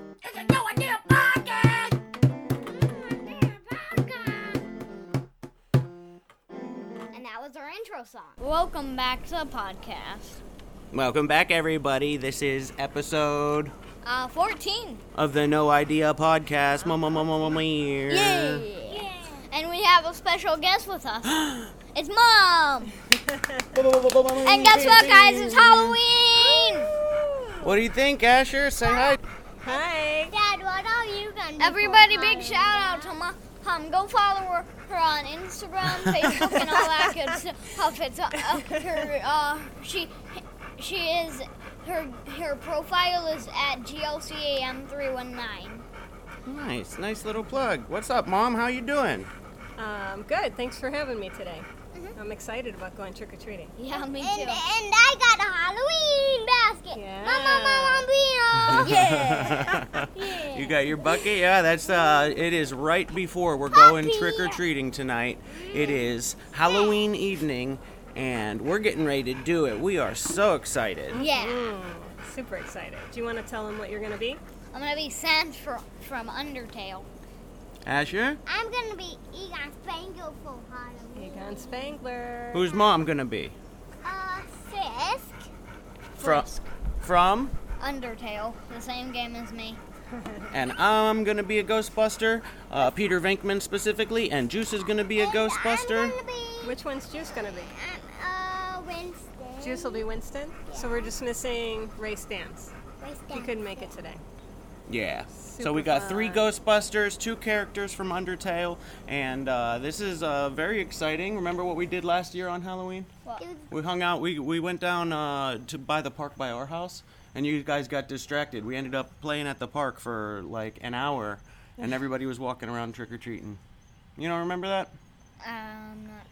listen to a damn podcast. And that was our intro song. Welcome back to the podcast. Welcome back, everybody. This is episode Uh, 14. of the No Idea Podcast. Mama, mama, mama. Yay! And we have a special guest with us. it's Mom! and guess what, guys? It's Halloween! What do you think, Asher? Say hi. Dad, what are you gonna do? Everybody, big shout out to Mom. Um, go follow her, her on Instagram, Facebook, and all that good stuff. It's uh, uh, her, uh, she, she is, her, her profile is at GLCAM319. Nice, nice little plug. What's up, Mom? How you doing? Um, good. Thanks for having me today. I'm excited about going trick or treating. Yeah, me And, too. and I got a Halloween basket. Yeah. Mama, mama, mama, you got your bucket? Yeah, that's uh it is right before we're going Puppy. trick or treating tonight. It is Halloween evening and we're getting ready to do it. We are so excited. Yeah. Hmm. Super excited. Do you want to tell them what you're going to be? I'm gonna be Sans from, from Undertale. Asher, I'm gonna be Egon Spangle for Halloween. Egon Spangler. who's mom going to be? Uh, Fisk. From from Undertale, the same game as me. and I'm going to be a Ghostbuster, uh, Peter Venkman specifically, and Juice is going to be a And Ghostbuster. I'm gonna be, Which one's Juice going to be? um, uh, Winston. Juice will be Winston. So we're just missing Ray Stance. Winston. He couldn't make it today. Yeah. so we got three Ghostbusters, two characters from Undertale, and uh, this is uh, very exciting. Remember what we did last year on Halloween? It was- We hung out. We we went down uh, to by the park by our house, and you guys got distracted. We ended up playing at the park for like an hour, and everybody was walking around trick or treating. You don't remember that? Um, not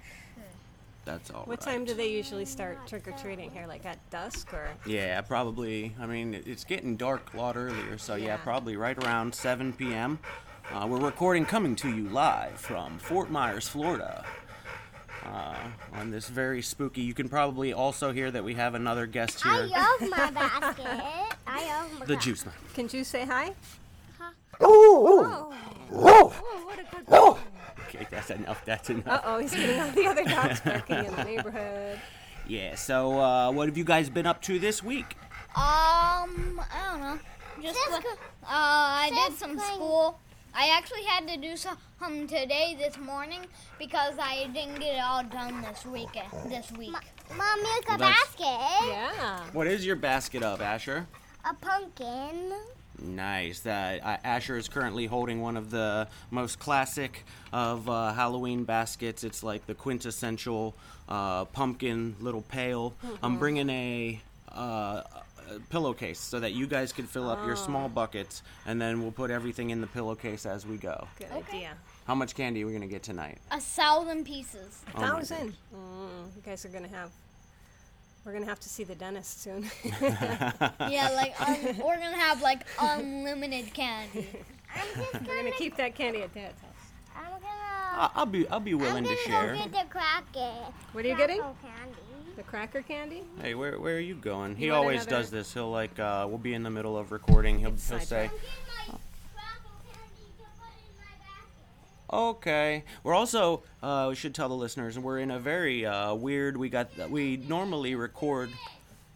That's all. What time do they usually start trick or treating here? Like at dusk or? Yeah, probably. I mean, it- it's getting dark a lot earlier, so yeah, Yeah. probably right around 7 p.m. Uh, we're recording coming to you live from Fort Myers, Florida. Uh, on this very spooky, you can probably also hear that we have another guest I here. love my basket. I love my The basket. juice man. Can Juice say hi? Oh. Okay, that's enough. That's enough. Uh oh, he's getting all the other dogs barking in the neighborhood. Yeah. So, uh, what have you guys been up to this week? Um, I don't know. Just Just pla- go- uh, I did just some playing. school. I actually had to do some um, today this morning because I didn't get it all done this weekend. This week. Mom, make a That's- basket. Yeah. What is your basket of, Asher? A pumpkin. Nice. That uh, Asher is currently holding one of the most classic of uh, Halloween baskets. It's like the quintessential uh, pumpkin little pail. I'm Mm-hmm. bringing a. Uh, a pillowcase so that you guys can fill up your Ah. small buckets and then we'll put everything in the pillowcase as we go. Good idea. How much candy are we going to get tonight? A thousand pieces. Oh my God. Thousand. Mm, you guys are going to have. We're going to have to see the dentist soon. yeah, like un- we're gonna have like unlimited candy. I'm just gonna. We're gonna keep that candy at Dad's house. I'm Ah, gonna. I- I'll be I'll be I'm willing gonna to share. go get the cracker. What are you getting? Cracker candy. The cracker candy? Hey, where where are you going? He You want always another- does this. He'll like uh, we'll be in the middle of recording. He'll It's he'll say, sidetracked. I'm getting my cracker candy to put in my basket. Okay. We're also uh, we should tell the listeners we're in a very uh, weird. We got we normally record.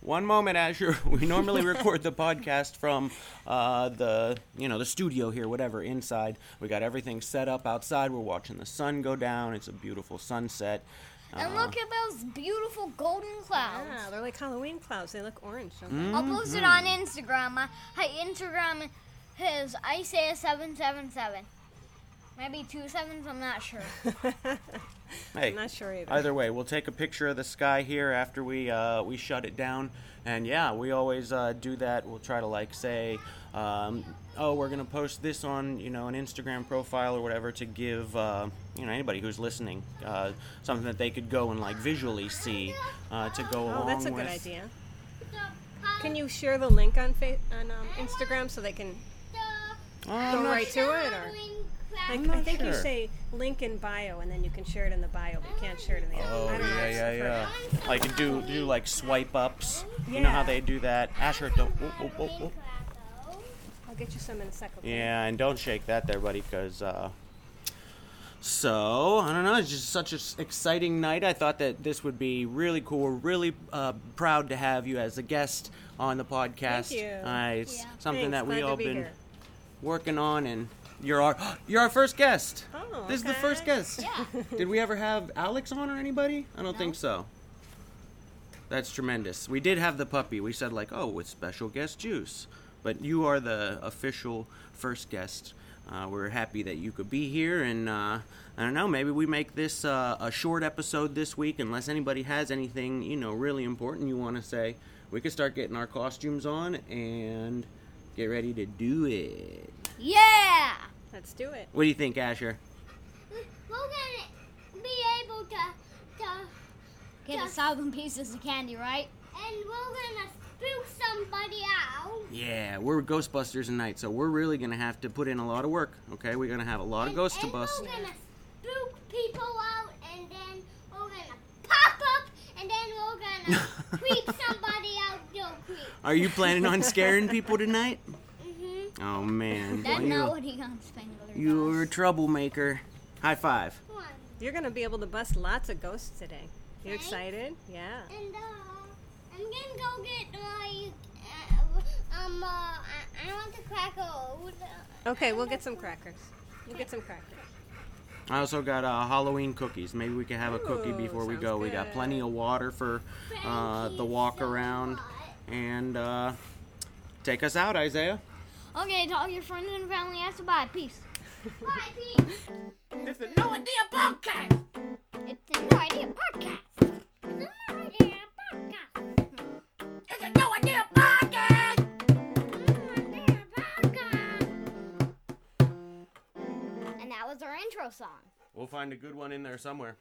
One moment, Asher. We normally record the podcast from uh, the you know the studio here, whatever inside. We got everything set up outside. We're watching the sun go down. It's a beautiful sunset. and look at those beautiful golden clouds. Yeah, they're like Halloween clouds. They look orange. Don't Mm, I'll post it on Instagram. My, my Instagram is Isaiah777. Maybe two sevens, I'm not sure. Hey, I'm not sure either. Either way, we'll take a picture of the sky here after we uh, we shut it down, and yeah, we always uh, do that. We'll try to like say, um, oh, we're gonna post this on you know an Instagram profile or whatever to give uh, you know anybody who's listening uh, something that they could go and like visually see uh, to go Oh, along that's a with. good idea. The col- Can you share the link on fa- on um, Instagram so they can the Oh, I'm go not right to it? Or Halloween like, cracker. not I think you sure. say link in bio and then you can share it in the bio, but you can't share it in the. Oh I don't know, yeah, it's yeah, the yeah. first- Like do do like swipe ups. You know how Yeah. oh, Oh, they do that. Asher, don't. whoa, whoa, whoa, whoa. Cracker. I'll get you some in a second. okay? Yeah, and don't shake that there, buddy, because. Uh, so I don't know. It's just such an exciting night. I thought that this would be really cool. We're really uh, proud to have you as a guest on the podcast. you. Uh, it's Yeah. something that Thanks, we glad to all be been here. working on, and you're our you're our first guest. Oh, This is the first okay. guest. Yeah. Did we ever have Alex on or anybody? I don't think so. That's tremendous. We did have the puppy. We said like, oh, with special guest Juice, but you are the official first guest. Uh, we're happy that you could be here, and uh, I don't know. Maybe we make this uh, a short episode this week, unless anybody has anything you know really important you want to say. We could start getting our costumes on and get ready to do it. Yeah. Let's do it. What do you think, Asher? We're gonna be able to, to Get Yeah. a thousand pieces of candy, right? and we're gonna spook somebody out. Yeah, we're Ghostbusters tonight, so we're really gonna have to put in a lot of work. Okay, we're gonna have a lot of and, ghosts to and bust. We're gonna spook people out, and then we're gonna pop up, and then we're gonna creep somebody out. Don't creep. Are you planning on scaring people tonight? Mhm. Oh man, That's Well, you- not what he got Spangler. you're a troublemaker. High five. Come on. You're gonna be able to bust lots of ghosts today. You Thanks. excited? Yeah. And uh, I'm gonna go get my uh, um. Uh, I, I want the crackle. Uh, Okay, we'll get some crackers. We'll get some crackers. I also got uh, Halloween cookies. Maybe we can have a cookie Ooh, before we sounds go. We got good. plenty of water for uh, Thank the you walk so around, much. and uh, take us out, Isaiah. Okay, to all your friends and family, that's a bye. Peace. Bye, Pete. It's a new idea podcast. No idea podcast. No idea podcast. And that was our intro song. We'll find a good one in there somewhere.